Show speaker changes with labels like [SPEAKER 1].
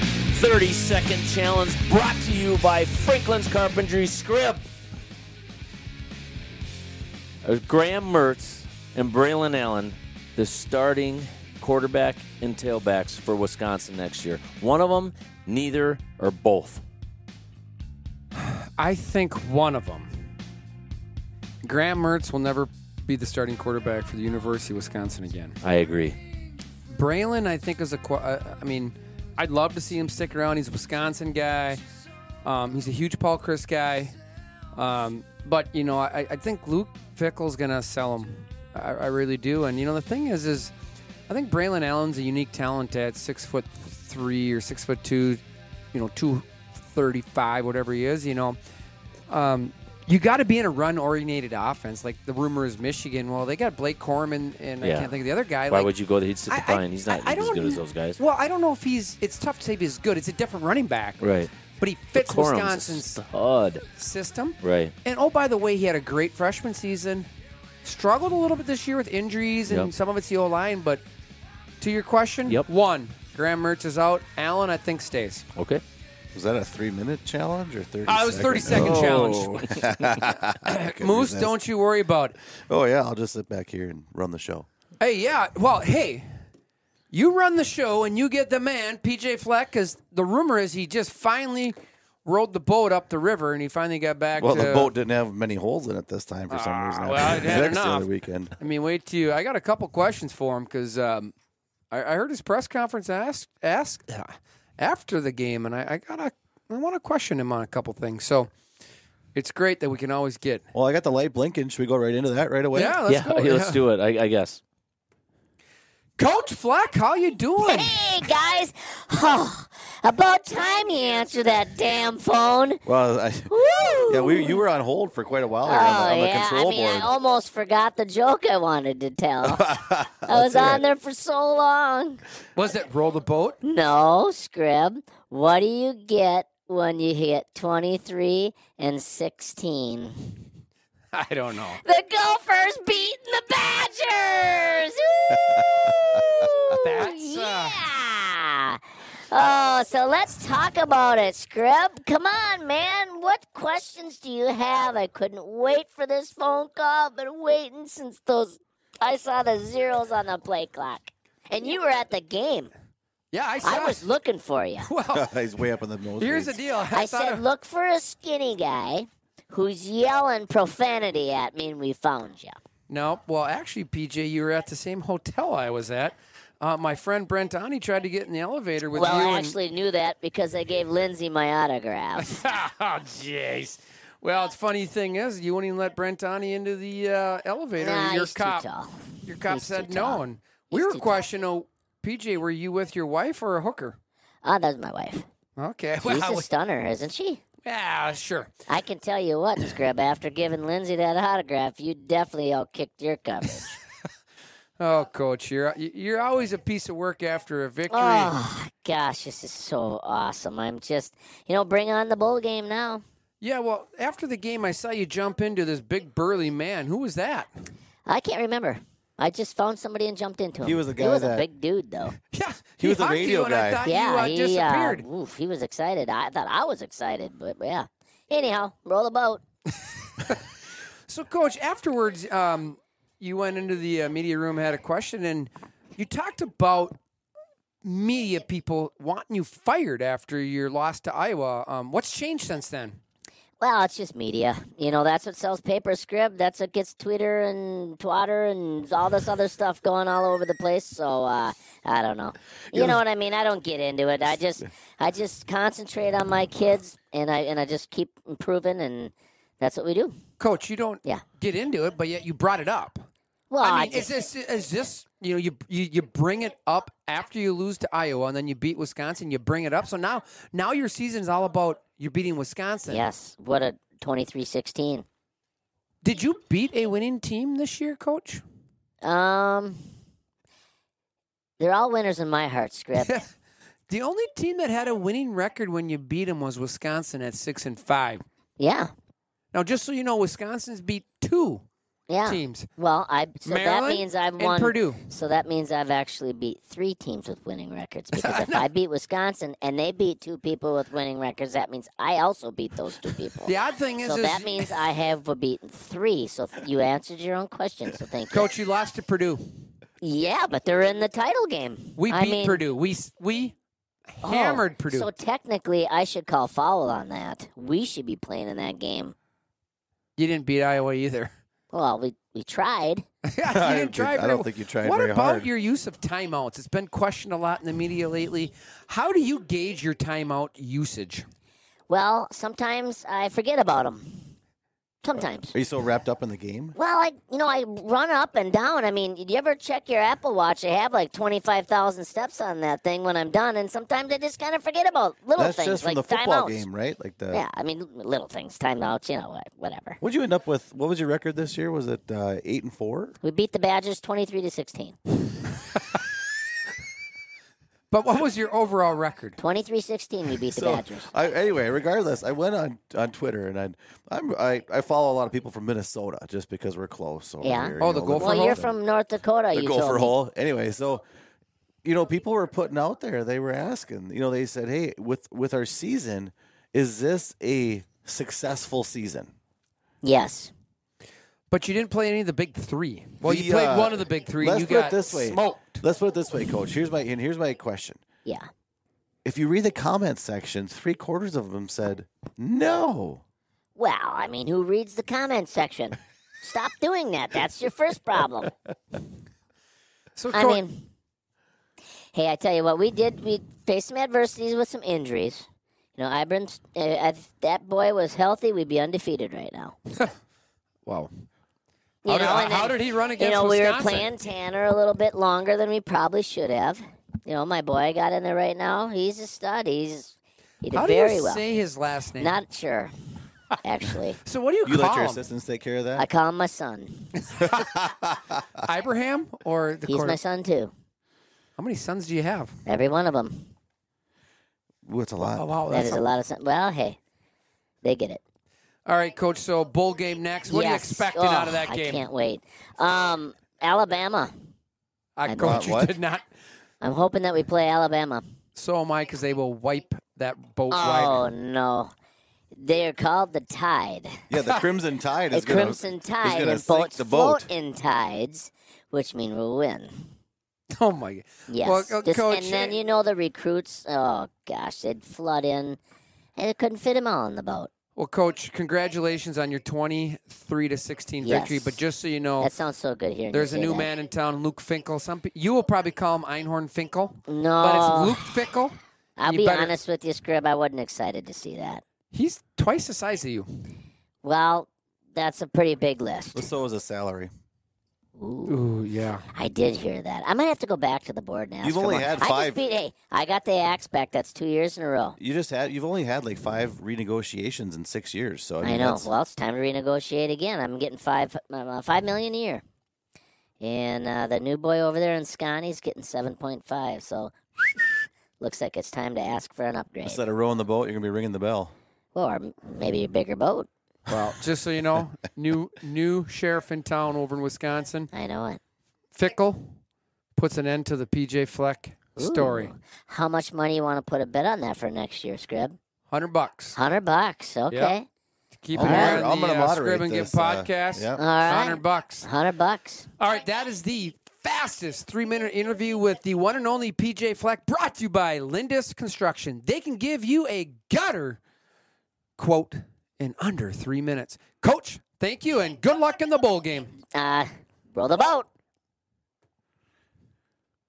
[SPEAKER 1] 30 second challenge brought to you by Franklin's Carpentry Script. There's Graham Mertz and Braylon Allen, the starting quarterback and tailbacks for Wisconsin next year. One of them, neither, or both.
[SPEAKER 2] I think one of them. Graham Mertz will never be the starting quarterback for the University of Wisconsin again.
[SPEAKER 1] I agree.
[SPEAKER 2] Braylon, I think, is a. qua- uh, I mean, I'd love to see him stick around. He's a Wisconsin guy. Um, he's a huge Paul Chris guy. Um, but you know, I, I think Luke Fickle's gonna sell him. I, I really do. And you know, the thing is, is I think Braylon Allen's a unique talent at six foot three or six foot two. You know, two thirty five, whatever he is. You know, um, you got to be in a run oriented offense. Like the rumor is Michigan. Well, they got Blake Corman and I
[SPEAKER 1] Yeah.
[SPEAKER 2] can't think of the other guy.
[SPEAKER 1] Why
[SPEAKER 2] like,
[SPEAKER 1] would you go there? He'd sit the pine. He's not
[SPEAKER 2] I- I
[SPEAKER 1] as
[SPEAKER 2] don't
[SPEAKER 1] good as
[SPEAKER 2] kn-
[SPEAKER 1] those guys.
[SPEAKER 2] Well, I don't know if he's. It's tough to say if he's good. It's a different running back,
[SPEAKER 1] Right.
[SPEAKER 2] But he fits
[SPEAKER 1] Corum's a
[SPEAKER 2] Wisconsin's
[SPEAKER 1] stud.
[SPEAKER 2] system,
[SPEAKER 1] Right.
[SPEAKER 2] And oh, by the way, he had a great freshman season. Struggled a little bit this year with injuries, and
[SPEAKER 1] Yep.
[SPEAKER 2] some of it's the O line. But to your question,
[SPEAKER 1] Yep.
[SPEAKER 2] one Graham Mertz is out. Allen, I think, stays.
[SPEAKER 1] Okay.
[SPEAKER 3] Was that a three minute challenge or 30
[SPEAKER 2] Uh, it was 30 second
[SPEAKER 3] Oh.
[SPEAKER 2] challenge. Moose, don't you worry about it.
[SPEAKER 3] Oh, yeah. I'll just sit back here and run the show.
[SPEAKER 2] Hey, yeah. Well, hey, you run the show and you get the man, PJ Fleck, because the rumor is he just finally rode the boat up the river and he finally got back
[SPEAKER 3] Well,
[SPEAKER 2] to.
[SPEAKER 3] the boat didn't have many holes in it this time for some reason.
[SPEAKER 2] Ah, well, it had
[SPEAKER 3] Fixed the
[SPEAKER 2] enough.
[SPEAKER 3] other weekend.
[SPEAKER 2] I mean, wait till you. I got a couple questions for him because um, I, I heard his press conference asked asked after the game, and I, I got a I want to question him on a couple things. So it's great that we can always get.
[SPEAKER 3] Well, I got the light blinking. Should we go right into that right away?
[SPEAKER 2] Yeah, let's
[SPEAKER 1] yeah,
[SPEAKER 2] go.
[SPEAKER 1] okay, let's
[SPEAKER 2] Yeah.
[SPEAKER 1] do it, I, I guess.
[SPEAKER 2] Coach Fleck, how you doing?
[SPEAKER 4] Hey guys, oh, about time you answer that damn phone.
[SPEAKER 3] Well, I,
[SPEAKER 4] Woo!
[SPEAKER 3] yeah, we, you were on hold for quite a while here
[SPEAKER 4] Oh
[SPEAKER 3] on the, on the
[SPEAKER 4] yeah,
[SPEAKER 3] control
[SPEAKER 4] I mean,
[SPEAKER 3] board.
[SPEAKER 4] I almost forgot the joke I wanted to tell. I was on there for so long.
[SPEAKER 2] Was it roll the boat?
[SPEAKER 4] No, Scrib. What do you get when you hit twenty-three and sixteen?
[SPEAKER 2] I don't know.
[SPEAKER 4] The Gophers beating the Badgers. Ooh,
[SPEAKER 2] That's, uh,
[SPEAKER 4] yeah. Oh, so let's talk about it, Scrib. Come on, man. What questions do you have? I couldn't wait for this phone call. I've been waiting since those I saw the zeros on the play clock. And you were at the game.
[SPEAKER 2] Yeah, I saw.
[SPEAKER 4] I was looking for you.
[SPEAKER 2] well,
[SPEAKER 3] He's way up in the nose.
[SPEAKER 2] here's the deal. I,
[SPEAKER 4] I
[SPEAKER 2] thought
[SPEAKER 4] said,
[SPEAKER 2] of-
[SPEAKER 4] look for a skinny guy who's yelling profanity at me, and we found you.
[SPEAKER 2] No, well, actually, PJ, you were at the same hotel I was at. Uh, my friend Brent Ani tried to get in the elevator with
[SPEAKER 4] Well,
[SPEAKER 2] you.
[SPEAKER 4] I
[SPEAKER 2] and-
[SPEAKER 4] actually knew that because I gave Lindsay my autograph.
[SPEAKER 2] oh, jeez. Well, it's funny thing is, you wouldn't even let Brent Ani into the uh, elevator.
[SPEAKER 4] nah,
[SPEAKER 2] your
[SPEAKER 4] he's
[SPEAKER 2] cop,
[SPEAKER 4] too tall.
[SPEAKER 2] your cop
[SPEAKER 4] He's
[SPEAKER 2] said
[SPEAKER 4] too
[SPEAKER 2] no,
[SPEAKER 4] tall.
[SPEAKER 2] and we
[SPEAKER 4] He's
[SPEAKER 2] were
[SPEAKER 4] too tall.
[SPEAKER 2] questioning. Oh, PJ, were you with your wife or a hooker?
[SPEAKER 4] Oh, that's my wife.
[SPEAKER 2] Okay,
[SPEAKER 4] She's
[SPEAKER 2] well,
[SPEAKER 4] a stunner, isn't she?
[SPEAKER 2] yeah, sure.
[SPEAKER 4] I can tell you what, Scrub, after giving Lindsay that autograph, you definitely outkicked your coverage.
[SPEAKER 2] Oh, coach, you're you're always a piece of work after a victory.
[SPEAKER 4] oh, gosh, this is so awesome. I'm just, you know, bring on the bowl game now.
[SPEAKER 2] Yeah, well, after the game, I saw you jump into this big burly man. Who was that?
[SPEAKER 4] I can't remember. I just found somebody and jumped into him.
[SPEAKER 3] He was the guy
[SPEAKER 4] He was
[SPEAKER 3] that-
[SPEAKER 4] a big dude, though.
[SPEAKER 2] Yeah,
[SPEAKER 3] He was a
[SPEAKER 2] hugged
[SPEAKER 3] radio
[SPEAKER 2] you, and I
[SPEAKER 3] guy.
[SPEAKER 2] thought
[SPEAKER 4] yeah,
[SPEAKER 2] you
[SPEAKER 4] he,
[SPEAKER 2] uh, disappeared.
[SPEAKER 4] Uh, oof, he was excited. I thought I was excited, but yeah. Anyhow, roll the boat.
[SPEAKER 2] So, coach, afterwards, um, you went into the uh, media room, had a question, and you talked about media people wanting you fired after your loss to Iowa. Um, what's changed since then?
[SPEAKER 4] Well, it's just media. You know, that's what sells paper script. That's what gets Twitter and Twatter and all this other stuff going all over the place. So uh, I don't know. You know what I mean? I don't get into it. I just I just concentrate on my kids and I and I just keep improving and that's what we do.
[SPEAKER 2] Coach, you don't
[SPEAKER 4] Yeah.
[SPEAKER 2] get into it, but yet you brought it up.
[SPEAKER 4] Well,
[SPEAKER 2] I
[SPEAKER 4] I
[SPEAKER 2] mean,
[SPEAKER 4] just-
[SPEAKER 2] is this is this you know you, you you bring it up after you lose to Iowa and then you beat Wisconsin, you bring it up. So now now your season's all about you beating Wisconsin.
[SPEAKER 4] yes, what a 23-16.
[SPEAKER 2] Did you beat a winning team this year, Coach?
[SPEAKER 4] Um, they're all winners in my heart, Scrib.
[SPEAKER 2] The only team that had a winning record when you beat them was Wisconsin at six and five.
[SPEAKER 4] yeah.
[SPEAKER 2] Now, just so you know, Wisconsin's beat two
[SPEAKER 4] yeah.
[SPEAKER 2] teams.
[SPEAKER 4] Well, I so that
[SPEAKER 2] Maryland
[SPEAKER 4] means I've
[SPEAKER 2] and
[SPEAKER 4] won
[SPEAKER 2] Purdue.
[SPEAKER 4] So that means I've actually beat three teams with winning records because if I beat Wisconsin and they beat two people with winning records, that means I also beat those two people.
[SPEAKER 2] The odd thing is,
[SPEAKER 4] so
[SPEAKER 2] is
[SPEAKER 4] that means I have beaten three. So you answered your own question. So thank you.
[SPEAKER 2] coach, you lost to Purdue.
[SPEAKER 4] Yeah, but they're in the title game.
[SPEAKER 2] We
[SPEAKER 4] I
[SPEAKER 2] beat
[SPEAKER 4] mean,
[SPEAKER 2] Purdue. We s- we
[SPEAKER 4] oh,
[SPEAKER 2] hammered Purdue.
[SPEAKER 4] So technically, I should call foul on that. We should be playing in that game.
[SPEAKER 2] you didn't beat Iowa either.
[SPEAKER 4] Well, we we tried.
[SPEAKER 2] Yeah,
[SPEAKER 3] I
[SPEAKER 2] you
[SPEAKER 3] don't
[SPEAKER 2] didn't try
[SPEAKER 3] think- I
[SPEAKER 2] very
[SPEAKER 3] don't
[SPEAKER 2] well.
[SPEAKER 3] think you tried
[SPEAKER 2] What
[SPEAKER 3] very
[SPEAKER 2] about
[SPEAKER 3] hard.
[SPEAKER 2] your use of timeouts? It's been questioned a lot in the media lately. How do you gauge your timeout usage?
[SPEAKER 4] Well, sometimes I forget about them. Sometimes.
[SPEAKER 3] Are you so wrapped up in the game?
[SPEAKER 4] Well, I you know I run up and down. I mean, you ever check your Apple Watch? I have like twenty five thousand steps on that thing when I'm done, and sometimes I just kind of forget about little
[SPEAKER 3] That's
[SPEAKER 4] things
[SPEAKER 3] just from
[SPEAKER 4] like
[SPEAKER 3] the football
[SPEAKER 4] timeouts.
[SPEAKER 3] game, right? Like the.
[SPEAKER 4] Yeah, I mean little things, timeouts, you know, whatever.
[SPEAKER 3] What'd you end up with? What was your record this year? Was it uh, eight and four?
[SPEAKER 4] We beat the Badgers twenty three to 16.
[SPEAKER 2] But what was your overall record?
[SPEAKER 4] 23-16 We beat the
[SPEAKER 3] So,
[SPEAKER 4] Badgers.
[SPEAKER 3] I, anyway, regardless, I went on, on Twitter and I, I'm, I I follow a lot of people from Minnesota just because we're close. So
[SPEAKER 4] Yeah.
[SPEAKER 3] we're,
[SPEAKER 2] Oh,
[SPEAKER 3] you
[SPEAKER 2] the
[SPEAKER 3] know,
[SPEAKER 2] Gopher
[SPEAKER 4] Well,
[SPEAKER 2] Hole?
[SPEAKER 4] you're from North Dakota.
[SPEAKER 3] the
[SPEAKER 4] you
[SPEAKER 3] gopher
[SPEAKER 4] told me.
[SPEAKER 3] hole. Anyway, so you know, people were putting out there. They were asking. You know, they said, "Hey, with with our season, is this a successful season?"
[SPEAKER 4] Yes.
[SPEAKER 2] But you didn't play any of the big three. Well, you
[SPEAKER 3] The,
[SPEAKER 2] played
[SPEAKER 3] uh,
[SPEAKER 2] one of the big three.
[SPEAKER 3] Let's
[SPEAKER 2] you
[SPEAKER 3] put
[SPEAKER 2] got
[SPEAKER 3] it this way.
[SPEAKER 2] smoked.
[SPEAKER 3] Let's put it this way, Coach. Here's my and here's my question.
[SPEAKER 4] Yeah.
[SPEAKER 3] If you read the comment section, three quarters of them said no.
[SPEAKER 4] Well, I mean, who reads the comment section? Stop doing that. That's your first problem.
[SPEAKER 2] So,
[SPEAKER 4] I
[SPEAKER 2] Co-
[SPEAKER 4] mean, hey, I tell you what, we did. We faced some adversities with some injuries. You know, Ibrams, uh, if that boy was healthy, we'd be undefeated right now.
[SPEAKER 2] wow.
[SPEAKER 4] You
[SPEAKER 2] How, did,
[SPEAKER 4] know,
[SPEAKER 2] how-
[SPEAKER 4] and then-
[SPEAKER 2] how did he run
[SPEAKER 4] You
[SPEAKER 2] against
[SPEAKER 4] know, we were
[SPEAKER 2] Wisconsin?
[SPEAKER 4] playing Tanner a little bit longer than we probably should have. You know, my boy got in there right now. He's a stud. He's he did
[SPEAKER 2] How do you
[SPEAKER 4] very well.
[SPEAKER 2] say his last name?
[SPEAKER 4] Not sure, actually.
[SPEAKER 2] so what do you,
[SPEAKER 3] You
[SPEAKER 2] call
[SPEAKER 3] let your
[SPEAKER 2] him?
[SPEAKER 3] assistants take care of that.
[SPEAKER 4] I call him my son.
[SPEAKER 2] Ibrahim or the
[SPEAKER 4] He's
[SPEAKER 2] quarter-
[SPEAKER 4] my son too.
[SPEAKER 2] How many sons do you have?
[SPEAKER 4] Every one of them.
[SPEAKER 3] Ooh, it's a lot.
[SPEAKER 2] Oh wow,
[SPEAKER 4] Uh, That
[SPEAKER 2] that's
[SPEAKER 4] is a lot of son. Well, hey, they get it.
[SPEAKER 2] All right, coach. So bowl game next. What are you
[SPEAKER 4] Yes.
[SPEAKER 2] expecting
[SPEAKER 4] Oh,
[SPEAKER 2] out of that
[SPEAKER 4] I
[SPEAKER 2] game?
[SPEAKER 4] can't wait. Um, Alabama.
[SPEAKER 2] I,
[SPEAKER 4] I'm-
[SPEAKER 2] coach, you
[SPEAKER 3] What?
[SPEAKER 2] did not.
[SPEAKER 4] I'm hoping that we play Alabama.
[SPEAKER 2] So am I, because they will wipe that boat
[SPEAKER 4] Oh
[SPEAKER 2] right.
[SPEAKER 4] no, they are called the Tide,
[SPEAKER 3] Yeah, the Crimson Tide
[SPEAKER 4] the
[SPEAKER 3] is gonna,
[SPEAKER 4] Crimson
[SPEAKER 3] is
[SPEAKER 4] Tide,
[SPEAKER 3] gonna
[SPEAKER 4] and
[SPEAKER 3] sink
[SPEAKER 4] boats
[SPEAKER 3] the boat.
[SPEAKER 4] float in tides, which mean we'll win.
[SPEAKER 2] Oh my god.
[SPEAKER 4] Yes,
[SPEAKER 2] Well, uh,
[SPEAKER 4] Just-
[SPEAKER 2] coach,
[SPEAKER 4] and then you know the recruits. Oh gosh, they'd flood in, and they couldn't fit them all on the boat.
[SPEAKER 2] Well, coach, congratulations on your twenty-three to sixteen
[SPEAKER 4] Yes.
[SPEAKER 2] victory. But just so you know,
[SPEAKER 4] That sounds so good here.
[SPEAKER 2] Oh. there's a new man in town, Luke Finkel. Some pe- you will probably call him Einhorn Finkel,
[SPEAKER 4] No,
[SPEAKER 2] but it's Luke Finkel.
[SPEAKER 4] I'll
[SPEAKER 2] you
[SPEAKER 4] be
[SPEAKER 2] better-
[SPEAKER 4] honest with you, Scrib. I wasn't excited to see that.
[SPEAKER 2] He's twice the size of you.
[SPEAKER 4] Well, that's a pretty big list.
[SPEAKER 3] Well, so is a salary.
[SPEAKER 4] Ooh.
[SPEAKER 2] Ooh, yeah.
[SPEAKER 4] I did hear that. I might have to go back to the board now.
[SPEAKER 3] You've only had
[SPEAKER 4] I
[SPEAKER 3] five-
[SPEAKER 4] just beat. Hey, I got the axe back. That's two years in a row.
[SPEAKER 3] You just had you've only had like five renegotiations in six years. So I, mean,
[SPEAKER 4] I know.
[SPEAKER 3] that's-
[SPEAKER 4] Well, it's time to renegotiate again. I'm getting five uh, five million a year, and uh, the new boy over there in Scotty's getting seven point five. So looks like it's time to ask for an upgrade,
[SPEAKER 3] instead of rowing the boat, you're gonna be ringing the bell.
[SPEAKER 4] or m- maybe a bigger boat.
[SPEAKER 2] Well, just so you know, new new sheriff in town over in Wisconsin,
[SPEAKER 4] I know it.
[SPEAKER 2] Fickle, puts an end to the PJ Fleck story.
[SPEAKER 4] Ooh. How much money you want to put a bet on that for next year, Scrib?
[SPEAKER 2] Hundred bucks.
[SPEAKER 4] Hundred bucks. Okay.
[SPEAKER 2] Keep
[SPEAKER 3] I'm
[SPEAKER 2] an eye
[SPEAKER 3] gonna-
[SPEAKER 2] on
[SPEAKER 3] I'm
[SPEAKER 2] the
[SPEAKER 3] gonna
[SPEAKER 2] uh,
[SPEAKER 3] moderate
[SPEAKER 2] Scrib and Give
[SPEAKER 3] this, uh,
[SPEAKER 2] podcast.
[SPEAKER 3] yep.
[SPEAKER 4] All right.
[SPEAKER 2] Hundred bucks.
[SPEAKER 4] Hundred bucks.
[SPEAKER 2] All right, that is the fastest three minute interview with the one and only PJ Fleck, brought to you by Lindis Construction. They can give you a gutter quote in under three minutes. Coach, thank you, and good luck in the bowl game.
[SPEAKER 4] Uh, roll the boat.